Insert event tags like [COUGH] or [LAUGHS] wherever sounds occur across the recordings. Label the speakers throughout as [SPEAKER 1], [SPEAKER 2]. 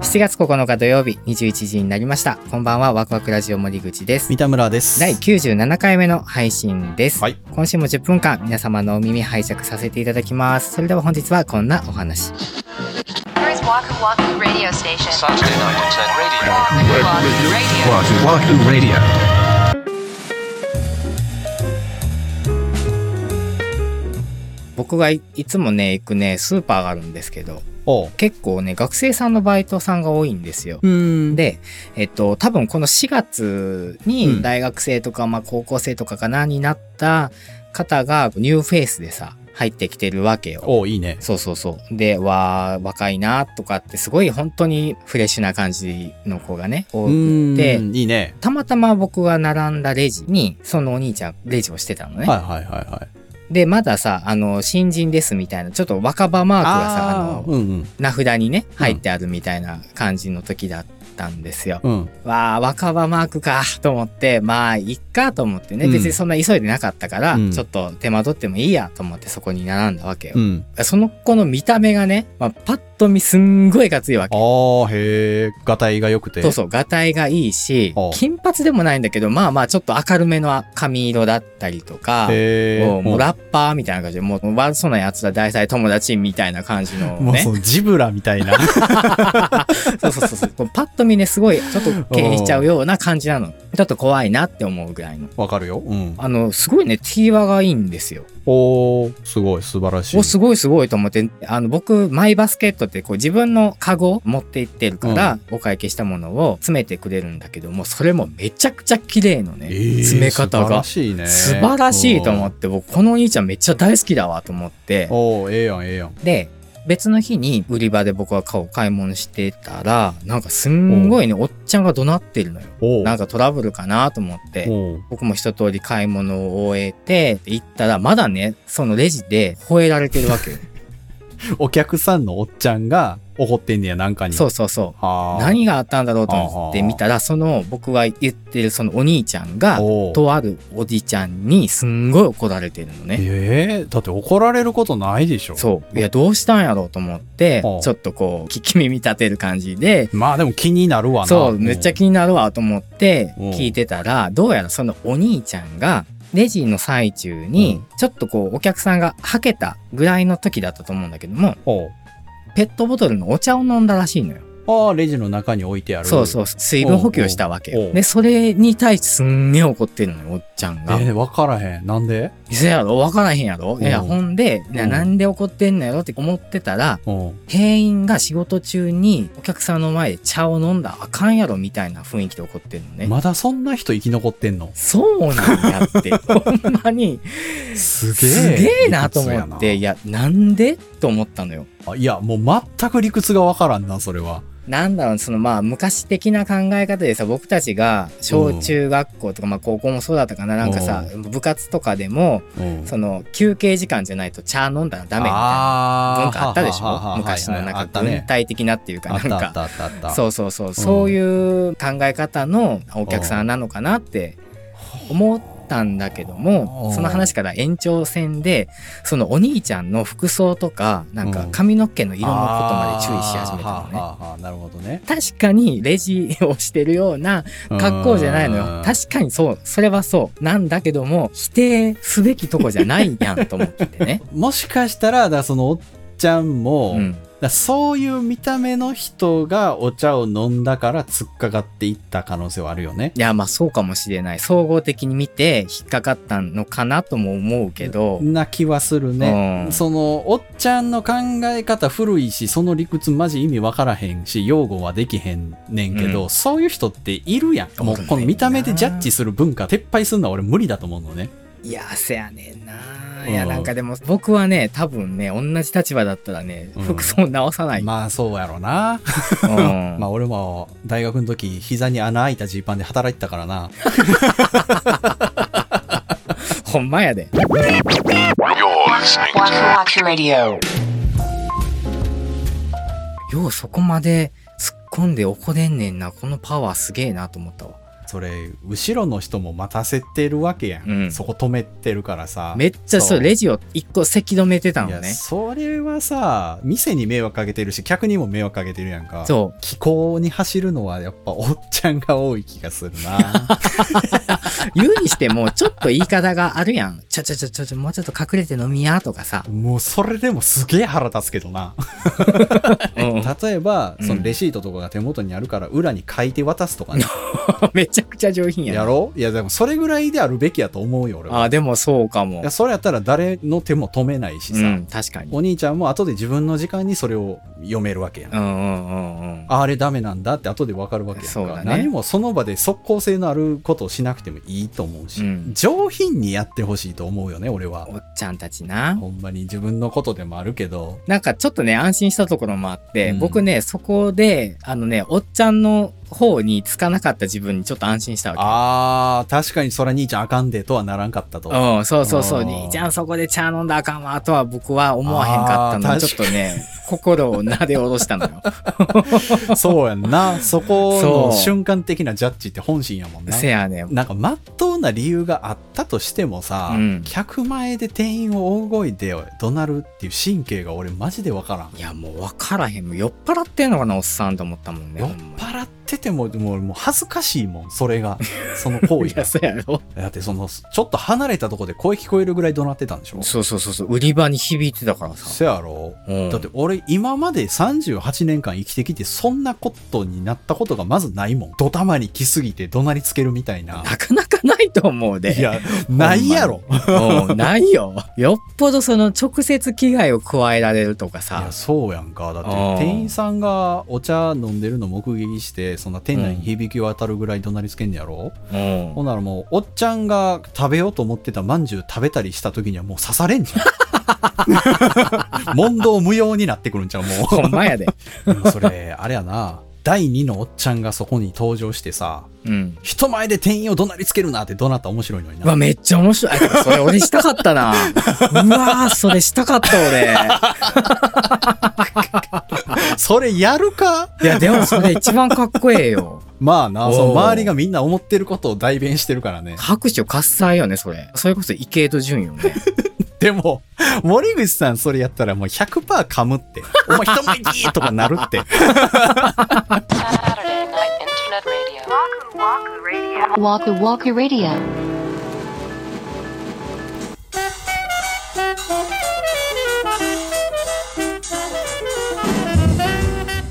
[SPEAKER 1] 7月9日土曜日21時になりました。こんばんは、ワクワクラジオ森口です。
[SPEAKER 2] 三田村です。
[SPEAKER 1] 第97回目の配信です。
[SPEAKER 2] はい
[SPEAKER 1] 今週も10分間皆様のお耳拝借させていただきます。それでは本日はこんなお話。
[SPEAKER 3] Here's Waku Waku Radio Station.
[SPEAKER 4] Saturday night at
[SPEAKER 3] Waku Waku Radio.
[SPEAKER 4] Waku Waku Radio.
[SPEAKER 1] 僕がいいつもね、行くね、スーパーがあるんですけど、
[SPEAKER 2] おう。
[SPEAKER 1] 結構ね、学生さんのバイトさんが多いんですよ。
[SPEAKER 2] うん。
[SPEAKER 1] で、えっと、多分この4月
[SPEAKER 2] う
[SPEAKER 1] に
[SPEAKER 2] ん
[SPEAKER 1] 大学生とか、まあ高校生とかかな、になった方がニューフェイスでさ、入ってきてるわけよ。
[SPEAKER 2] おう、いいね。
[SPEAKER 1] そうそうそう。で、わー、若いなとかって、すごい本当にフレッシュな感じの子がね、多
[SPEAKER 2] う
[SPEAKER 1] く
[SPEAKER 2] ん。
[SPEAKER 1] て、
[SPEAKER 2] いいね。
[SPEAKER 1] たまたま僕が並んだレジに、そのお兄ちゃん、レジをしてたのね。
[SPEAKER 2] はいはいはいはい。
[SPEAKER 1] で、まださ、あの、新人ですみたいな、ちょっと若葉マークがさ、あの、
[SPEAKER 2] ーうん
[SPEAKER 1] 名札にね、入ってあるみたいな感じの時だったんですよ。
[SPEAKER 2] うん。うん。
[SPEAKER 1] わあ、若葉マークかと思って、まあ、いっかと思ってね、
[SPEAKER 2] うん
[SPEAKER 1] 別にそんな急いでなかったから、
[SPEAKER 2] うん
[SPEAKER 1] ちょっと手間取ってもいいやと思ってそこに並んだわけよ。
[SPEAKER 2] うん。
[SPEAKER 1] その子の見た目がね、まあ、パッと見すんごいがついわけ。
[SPEAKER 2] ああ、へえ。がたいが良くて。
[SPEAKER 1] そうそう、がたいがいいし
[SPEAKER 2] あ、
[SPEAKER 1] 金髪でもないんだけど、まあまあちょっと明るめの髪色だったりとか、
[SPEAKER 2] へえ。
[SPEAKER 1] もうもう
[SPEAKER 2] も
[SPEAKER 1] ラッパーみたいな感じで、もう悪そうなやつだ、大体友達みたいな感じの
[SPEAKER 2] うもう
[SPEAKER 1] ね
[SPEAKER 2] そ。のジブラみ
[SPEAKER 1] [LAUGHS]
[SPEAKER 2] たいな。
[SPEAKER 1] そうそうそうそう。
[SPEAKER 2] [LAUGHS]
[SPEAKER 1] こうパッと見ね、すごい、ちょっと敬意しちゃうような感じなの。ちょっと怖いなって思うぐらいの。
[SPEAKER 2] わかるよ。うん。
[SPEAKER 1] あの、すごいね、T 輪がいいんですよ。
[SPEAKER 2] おお、すごい、素晴らしい。
[SPEAKER 1] お、すごいすごいと思って、あの、僕、マイバスケットって、こう、自分のカゴ持って行ってるから、お会計したものを詰めてくれるんだけども、それもめちゃくちゃ綺麗のね、
[SPEAKER 2] えー
[SPEAKER 1] 詰め方が。
[SPEAKER 2] 素晴らしいね。
[SPEAKER 1] 素晴らしいと思っ
[SPEAKER 2] うん。
[SPEAKER 1] て、僕、このお兄ちゃんめっちゃ大好きだわと思って、
[SPEAKER 2] おう、ええやん、ええやん。
[SPEAKER 1] で、別の日に売り場で僕は顔買い物してたら、なんかすんごいね、おっちゃんが怒鳴ってるのよ。
[SPEAKER 2] おう。
[SPEAKER 1] なんかトラブルかなと思って、
[SPEAKER 2] おう。
[SPEAKER 1] 僕も一通り買い物を終えて行ったらまだねそのレジで吠えられてるわけよ
[SPEAKER 2] お客さんのおっちゃんが怒ってんねや、なんかに。。
[SPEAKER 1] そううそうそう
[SPEAKER 2] はあ。
[SPEAKER 1] 何があったんだろうと思って見たらその僕が言ってるそのお兄ちゃんが
[SPEAKER 2] おう
[SPEAKER 1] とあるおじちゃんにすんごい怒られてるのね
[SPEAKER 2] ええだって怒られることないでしょ。
[SPEAKER 1] そういやどうしたんやろうと思って
[SPEAKER 2] おう
[SPEAKER 1] ちょっとこう聞き耳立てる感じで
[SPEAKER 2] まあでも気になるわな。
[SPEAKER 1] そうめっちゃ気になるわと思って
[SPEAKER 2] うん
[SPEAKER 1] 聞いてたらどうやらそのお兄ちゃんがレジの最中にちょっとこうお客さんがはけたぐらいの時だったと思うんだけども
[SPEAKER 2] おう
[SPEAKER 1] ペットボトルのお茶を飲んだらしいのよ
[SPEAKER 2] ああ、レジの中に置いてある。
[SPEAKER 1] そうそう水分補給をしたわけ
[SPEAKER 2] おうお
[SPEAKER 1] よ
[SPEAKER 2] う
[SPEAKER 1] でそれに対してすんげえ怒ってるのよおっちゃんが
[SPEAKER 2] えー、分からへん。なんで
[SPEAKER 1] 「せやろ分からへんやろ」いや
[SPEAKER 2] うん
[SPEAKER 1] ほんでいや
[SPEAKER 2] うん
[SPEAKER 1] なんで怒ってんのやろって思ってたら
[SPEAKER 2] うん。
[SPEAKER 1] 店員が仕事中にお客さんの前で茶を飲んだらあかんやろみたいな雰囲気で怒ってるのね
[SPEAKER 2] まだそんな人生き残ってんの
[SPEAKER 1] そうなんやって
[SPEAKER 2] [LAUGHS]
[SPEAKER 1] ほんまに
[SPEAKER 2] すげえ。
[SPEAKER 1] すげえなと思って
[SPEAKER 2] 理
[SPEAKER 1] いやなんでと思ったのよ
[SPEAKER 2] 屈やな。あいや、もう全く理屈が分からんな、それは。
[SPEAKER 1] なんだろうそのまあ昔的な考え方でさ僕たちが小中学校とか、まあ高校もそうだったかななんかさ部活とかでも
[SPEAKER 2] うん。
[SPEAKER 1] その休憩時間じゃないと茶飲んだらダメみたいな
[SPEAKER 2] あー
[SPEAKER 1] 文化あったでし
[SPEAKER 2] ははは
[SPEAKER 1] ょ
[SPEAKER 2] は
[SPEAKER 1] 昔の
[SPEAKER 2] はいはい
[SPEAKER 1] な
[SPEAKER 2] あ
[SPEAKER 1] ん
[SPEAKER 2] っ
[SPEAKER 1] か
[SPEAKER 2] た
[SPEAKER 1] 文
[SPEAKER 2] ね。
[SPEAKER 1] 体的なっていうか
[SPEAKER 2] あ
[SPEAKER 1] な
[SPEAKER 2] っ
[SPEAKER 1] ん
[SPEAKER 2] たあっ
[SPEAKER 1] か
[SPEAKER 2] たあったあった。
[SPEAKER 1] そうそうそうそういう考え方のお客さんなのかなって思ったんだけど
[SPEAKER 2] う
[SPEAKER 1] も
[SPEAKER 2] ん
[SPEAKER 1] その話から延長戦でそのお兄ちゃんの服装とかなんか髪の毛の色のことまで注意し始めたの
[SPEAKER 2] あー
[SPEAKER 1] ね。
[SPEAKER 2] はあはあなるほどね。
[SPEAKER 1] 確かにレジをしてるような格好じゃないの
[SPEAKER 2] う
[SPEAKER 1] よ
[SPEAKER 2] ん
[SPEAKER 1] 確かにそうそれはそうなんだけども否定すべきとこじゃないやんと思ってね
[SPEAKER 2] もしかしたら、だからそのおっちゃんも、
[SPEAKER 1] うん
[SPEAKER 2] だからそういう見た目の人がお茶を飲んだから突っかかっていった可能性はあるよね。
[SPEAKER 1] いやまあそうかもしれない総合的に見て引っかかったのかなとも思うけど、
[SPEAKER 2] な気はするね、
[SPEAKER 1] うん
[SPEAKER 2] そのおっちゃんの考え方古いしその理屈マジ意味わからへんし擁護はできへんねんけど、
[SPEAKER 1] う
[SPEAKER 2] そういう人っているやんもうこの見た目でジャッジする文化撤廃するのは俺無理だと思うのね
[SPEAKER 1] いやせやねんな
[SPEAKER 2] うん
[SPEAKER 1] いやなんかでも僕はね多分ね同じ立場だったらね
[SPEAKER 2] うん
[SPEAKER 1] 服装直さない、
[SPEAKER 2] まあそうやろな、
[SPEAKER 1] うん
[SPEAKER 2] まあ俺も大学の時膝に穴開いたジーパンで働いてたからな
[SPEAKER 1] ほんまやで
[SPEAKER 4] You're listening
[SPEAKER 3] Waku
[SPEAKER 4] to
[SPEAKER 3] Waku Radio.
[SPEAKER 1] ようそこまで突っ込んで怒れんねんなこのパワーすげえなと思ったわ
[SPEAKER 2] それ後ろの人も待たせてるわけやん、
[SPEAKER 1] うん
[SPEAKER 2] そこ止めてるからさ
[SPEAKER 1] めっちゃそう
[SPEAKER 2] そう
[SPEAKER 1] レジを一個席止めてたの
[SPEAKER 2] いや
[SPEAKER 1] ね
[SPEAKER 2] それはさ店に迷惑かけてるし客にも迷惑かけてるやんか
[SPEAKER 1] そう
[SPEAKER 2] 気候に走るのはやっぱおっちゃんが多い気がする
[SPEAKER 1] [LAUGHS]
[SPEAKER 2] な
[SPEAKER 1] 言うにしてもちょっと言い方があるやんちょちょちょちょちょもうちょっと隠れて飲みやとかさ、
[SPEAKER 2] もうそれでもすげえ腹立つけどな
[SPEAKER 1] うん
[SPEAKER 2] 例えば
[SPEAKER 1] うん
[SPEAKER 2] そのレシートとかが手元にあるから裏に書いて渡すと
[SPEAKER 1] [LAUGHS]
[SPEAKER 2] かね
[SPEAKER 1] [LAUGHS] めちゃくちゃ上品やな
[SPEAKER 2] やろういやでもそれぐらいであるべきやと思うよ俺は
[SPEAKER 1] あでもそうかも
[SPEAKER 2] いやそれやったら誰の手も止めないし
[SPEAKER 1] う
[SPEAKER 2] さ、
[SPEAKER 1] ん確かに
[SPEAKER 2] お兄ちゃんも後で自分の時間にそれを読めるわけやん、
[SPEAKER 1] うんうんうんうん
[SPEAKER 2] あれダメなんだって後で分かるわけやん
[SPEAKER 1] そう
[SPEAKER 2] か、
[SPEAKER 1] だね
[SPEAKER 2] 何もその場で即効性のあることをしなくてもいいと思うし、
[SPEAKER 1] うん
[SPEAKER 2] 上品にやってほしいと思うよね俺は
[SPEAKER 1] おっちゃんたちな
[SPEAKER 2] ほんまに自分のことでもあるけど
[SPEAKER 1] なんかちょっとね安心したところもあって、
[SPEAKER 2] うん
[SPEAKER 1] 僕ねそこであのねおっちゃんの方につかなかった自分にちょっと安心したわけ
[SPEAKER 2] あー確かにそら兄ちゃんあかんでとはならんかったと、
[SPEAKER 1] うん、そうそうそう。
[SPEAKER 2] あー
[SPEAKER 1] 兄ちゃんそこで茶飲んだらあかんわとは僕は思わへんかったの
[SPEAKER 2] あー
[SPEAKER 1] で、ちょっとね、心を撫で下ろしたの [LAUGHS] よ。
[SPEAKER 2] そうやんなそこ
[SPEAKER 1] そ
[SPEAKER 2] の
[SPEAKER 1] う
[SPEAKER 2] 瞬間的なジャッジって本心やもんな
[SPEAKER 1] せやねん。
[SPEAKER 2] なんか真っ当な理由があったとしてもさ、
[SPEAKER 1] うん
[SPEAKER 2] 客前で店員を大声で怒鳴るっていう神経が俺マジでわからん、
[SPEAKER 1] いや、もう分からへん。もう酔っ払ってんのかな、おっさんと思ったもんね。
[SPEAKER 2] 酔っ
[SPEAKER 1] ほんま
[SPEAKER 2] 払っててももうもう恥ずかしいもんそ
[SPEAKER 1] [LAUGHS]
[SPEAKER 2] れがその行
[SPEAKER 1] にい
[SPEAKER 2] 為
[SPEAKER 1] や、
[SPEAKER 2] が
[SPEAKER 1] そうやろ。
[SPEAKER 2] だってそのちょっと離れたとこで声聞こえるぐらい怒鳴ってたんでしょ
[SPEAKER 1] そうそうそうそう。売り場に響いてたからさ。
[SPEAKER 2] せやろ
[SPEAKER 1] うん
[SPEAKER 2] だって俺今まで38年間生きてきてそんなことになったことがまずないもんドタマに来すぎて怒鳴りつけるみたいな
[SPEAKER 1] なかなか [LAUGHS] ないと思うで。
[SPEAKER 2] いやないやろ
[SPEAKER 1] うん、ないよ。 [LAUGHS] よっぽどその直接危害を加えられるとか
[SPEAKER 2] い
[SPEAKER 1] さ
[SPEAKER 2] や。 [LAUGHS] そうやんかだって
[SPEAKER 1] うん
[SPEAKER 2] 店員さんがお茶飲んでるの目撃してそんな店内に響き渡るぐらい怒鳴りつけんねやろ、
[SPEAKER 1] うん
[SPEAKER 2] ほんならもうおっちゃんが食べようと思ってたまんじゅう食べたりした時にはもう刺されんじゃん問答無用になってくるんちゃうも
[SPEAKER 1] ほんま [LAUGHS] やで。
[SPEAKER 2] うで [LAUGHS] もそれあれやな第2のおっちゃんがそこに登場してさ
[SPEAKER 1] うん。
[SPEAKER 2] 人前で店員を怒鳴りつけるなって怒鳴ったら面白いのに
[SPEAKER 1] うわ、
[SPEAKER 2] な
[SPEAKER 1] めっちゃ面白い。あそれ俺したかった [LAUGHS] な。うわー、それしたかった俺。
[SPEAKER 2] それやるか
[SPEAKER 1] いや、でもそれ一番かっこええよ。
[SPEAKER 2] まあなその
[SPEAKER 1] おう
[SPEAKER 2] 周りがみんな思ってることを代弁してるからね
[SPEAKER 1] 拍手喝采よね、それ。それこそ池江と純よね。
[SPEAKER 2] でも、森口さんそれやったらもう100%噛むって。お前人前にとかなるって。
[SPEAKER 3] Saturday night internet radio. Waku Waku Radio. Waku Waku Radio.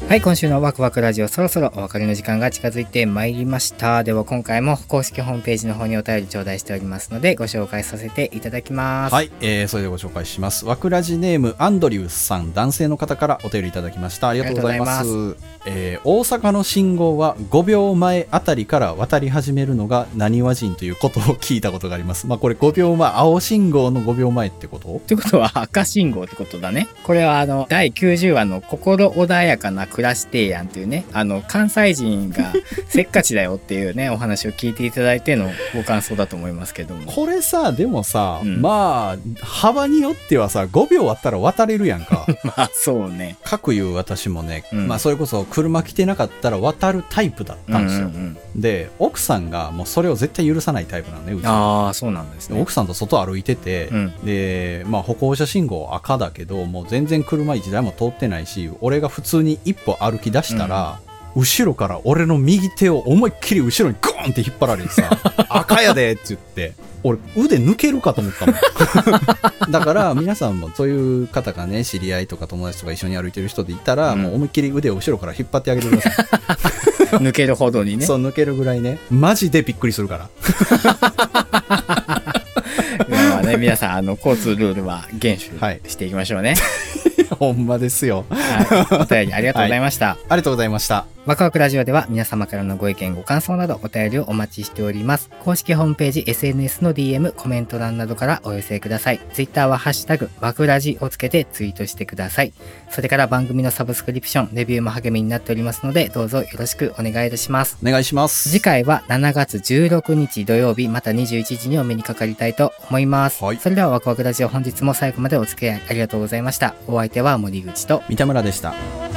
[SPEAKER 1] はい、今週のワクワクラジオ、そろそろお別れの時間が近づいてまいりました。では今回も公式ホームページの方にお便り頂戴しておりますので、ご紹介させていただきます。
[SPEAKER 2] はい、えー、それでご紹介します。わくらじネーム、アンドリュースさん、男性の方からお便りいただきました。ありがとうございま
[SPEAKER 1] あ
[SPEAKER 2] す。
[SPEAKER 1] りがと
[SPEAKER 2] えー大阪の信号は5秒前あたりから渡り始めるのが何和人ということを聞いたことがあります。まあこれ5秒前、青信号の5秒前ってこと
[SPEAKER 1] ってことは赤信号ってことだね。これはあの、第90話の心穏やかな暮らし提案っていうね、あの、関西人 [LAUGHS] がせっかちだよっていうね、お話を聞いていただいてのご感想だと思いますけども。
[SPEAKER 2] これさ、でもさ、
[SPEAKER 1] うん
[SPEAKER 2] まあ、幅によってはさ、5秒あったら渡れるや
[SPEAKER 1] [LAUGHS]
[SPEAKER 2] んか。
[SPEAKER 1] [LAUGHS] まあ、そうね。
[SPEAKER 2] かくいう私もね、
[SPEAKER 1] うん
[SPEAKER 2] まあそれこそ車来てなかったら渡るタイプだったんですよ、
[SPEAKER 1] うんうんうん
[SPEAKER 2] で奥さんがもうそれを絶対許さないタイプなのねうち
[SPEAKER 1] ああ、そうなんです
[SPEAKER 2] で
[SPEAKER 1] ね。
[SPEAKER 2] 奥さんと外歩いてて、
[SPEAKER 1] うん
[SPEAKER 2] で、まあ、歩行者信号赤だけどもう全然車一台も通ってないし俺が普通に一歩歩き出したら、後ろから俺の右手を思いっきり後ろにグーンって引っ張られてさ
[SPEAKER 1] [LAUGHS]
[SPEAKER 2] 「赤やで!」って言って俺腕抜けるかと思ったも
[SPEAKER 1] [LAUGHS]
[SPEAKER 2] んだから皆さんもそういう方がね知り合いとか友達とか一緒に歩いてる人でいたら、
[SPEAKER 1] うん
[SPEAKER 2] もう思いっきり腕を後ろから引っ張ってあげてください
[SPEAKER 1] 抜けるほどに [LAUGHS] ね。
[SPEAKER 2] そう抜けるぐらいねマジでびっくりするから [LAUGHS]
[SPEAKER 1] まあね、皆さん、あの、交通ルールは厳守
[SPEAKER 2] はい
[SPEAKER 1] していきましょうね。
[SPEAKER 2] ほんまですよ。 [LAUGHS]
[SPEAKER 1] はい。お便りありがとうございました。
[SPEAKER 2] ありがとうございました。
[SPEAKER 1] ワクワクラジオでは皆様からのご意見、ご感想などお便りをお待ちしております。公式ホームページ、SNS の DM、コメント欄などからお寄せください。Twitter はハッシュタグ、ワクラジをつけてツイートしてください。それから番組のサブスクリプション、レビューも励みになっておりますので、どうぞよろしくお願いいたします。
[SPEAKER 2] お願いします。
[SPEAKER 1] 次回は7月16日土曜日、また21時にお目にかかりたいと思います。
[SPEAKER 2] はい
[SPEAKER 1] それではワクワクラジオ本日も最後までお付き合いありがとうございました。お相手は森口と
[SPEAKER 2] 三田村でした。
[SPEAKER 3] Waku